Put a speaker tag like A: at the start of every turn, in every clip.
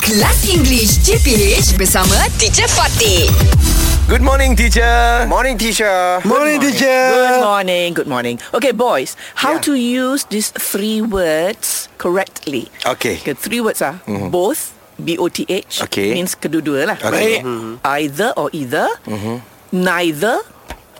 A: Kelas English JPH bersama Teacher Fatih.
B: Good morning, teacher.
C: Morning teacher
D: Morning,
E: Good
D: teacher.
E: morning, good morning. Okay, boys, how to use these three words correctly?
B: Okay.
E: Okay, three words are both, B-O-T-H,
B: Okay.
E: means kedua-dua lah.
B: Okay.
E: Baik. Either or either, neither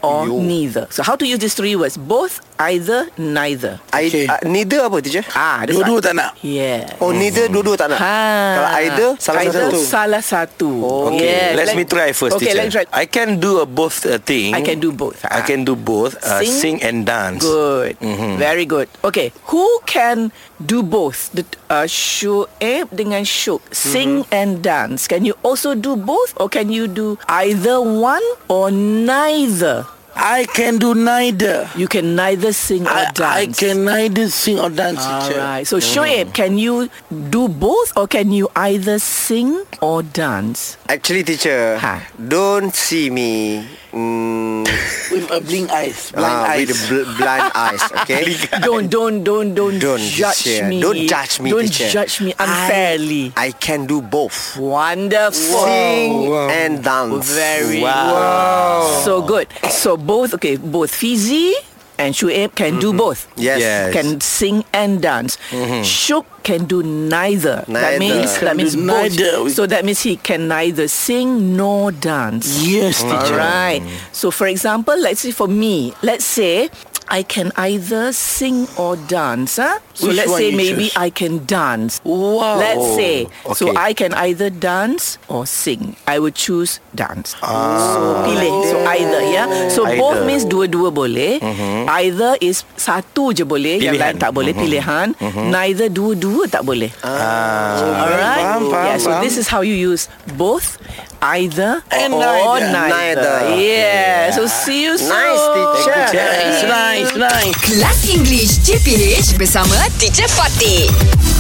E: or neither. So how to use these three words? Both, either, neither.
C: I,
D: Okay.
C: uh, Neither apa teacher?
E: Ah, that's
D: Dua-dua
E: right.
D: Eh. Oh, tak nak?
E: Yeah.
C: Oh neither dua-dua tak nak
E: Ha.
C: Kalau either Salah
E: Either
C: satu
E: Salah satu.
B: Okay,
E: Yes.
B: let
E: Like-
B: me try first,
E: Okay,
B: teacher.
E: let's try.
B: I can do a both uh, thing.
E: I can do both.
B: I can do both. Uh,
E: Sing.
B: sing. and dance.
E: Good.
C: Mm-hmm.
E: Very good. Okay, who can do both? The uh, Shu'ib dengan Syuk, sing
C: Mm-hmm.
E: and dance. Can you also do both or can you do either one or neither?
D: I can do neither.
E: You can neither sing or
D: I,
E: dance.
D: I can neither sing or dance, teacher.
C: Mm-hmm.
E: Alright. So Shu'ib, can you do both or can you either sing or dance?
C: Actually teacher
E: Ha.
C: Don't see me mm,
D: With a blink eyes, blind
C: ah,
D: eyes.
C: With the bl- blind eyes Okay
E: Don't don't don't don't,
C: Don't,
E: judge
C: teacher.
E: me.
C: Don't judge me,
E: Don't
C: teacher.
E: judge me unfairly.
C: I can do both
E: Wonderful.
C: Sing and dance
E: Very wow. So good. So both okay, both Fizi and Shuib can do both.
C: Mm-hmm. Yes. Mm-hmm.
B: Yes.
E: Can sing and dance. Shuk can do neither.
C: Neither.
E: That means
C: Can
E: that
D: do
E: means both.
D: neither.
E: So that means he can neither sing nor dance.
D: Yes, teacher.
E: Alright. So for example, let's say for me, let's say I can either sing or dance. Huh? So
D: Which
E: let's
D: one
E: say
D: you
E: maybe
D: choose?
E: I can dance.
D: Wow. Oh,
E: Let's say. So
B: okay.
E: I can either dance or sing. I would choose dance.
D: Ah.
E: So pilih. So either ya. So both
B: Either.
E: means dua-dua boleh.
D: Mm-hmm.
E: Either is satu je boleh, yang
B: Pilihan.
E: lain tak boleh pilihan.
D: Mm-hmm.
E: Neither dua-dua tak boleh.
B: Ah.
E: Alright.
C: Faham, faham,
E: yeah, so
C: faham.
E: this is how you use both either
D: And
E: or
D: neither.
E: neither.
C: Neither.
E: Yeah. So see you soon.
C: É. Nice, teacher. Thank you,
D: Nice, nice, nice.
A: Kelas English JPH bersama Teacher Fatih.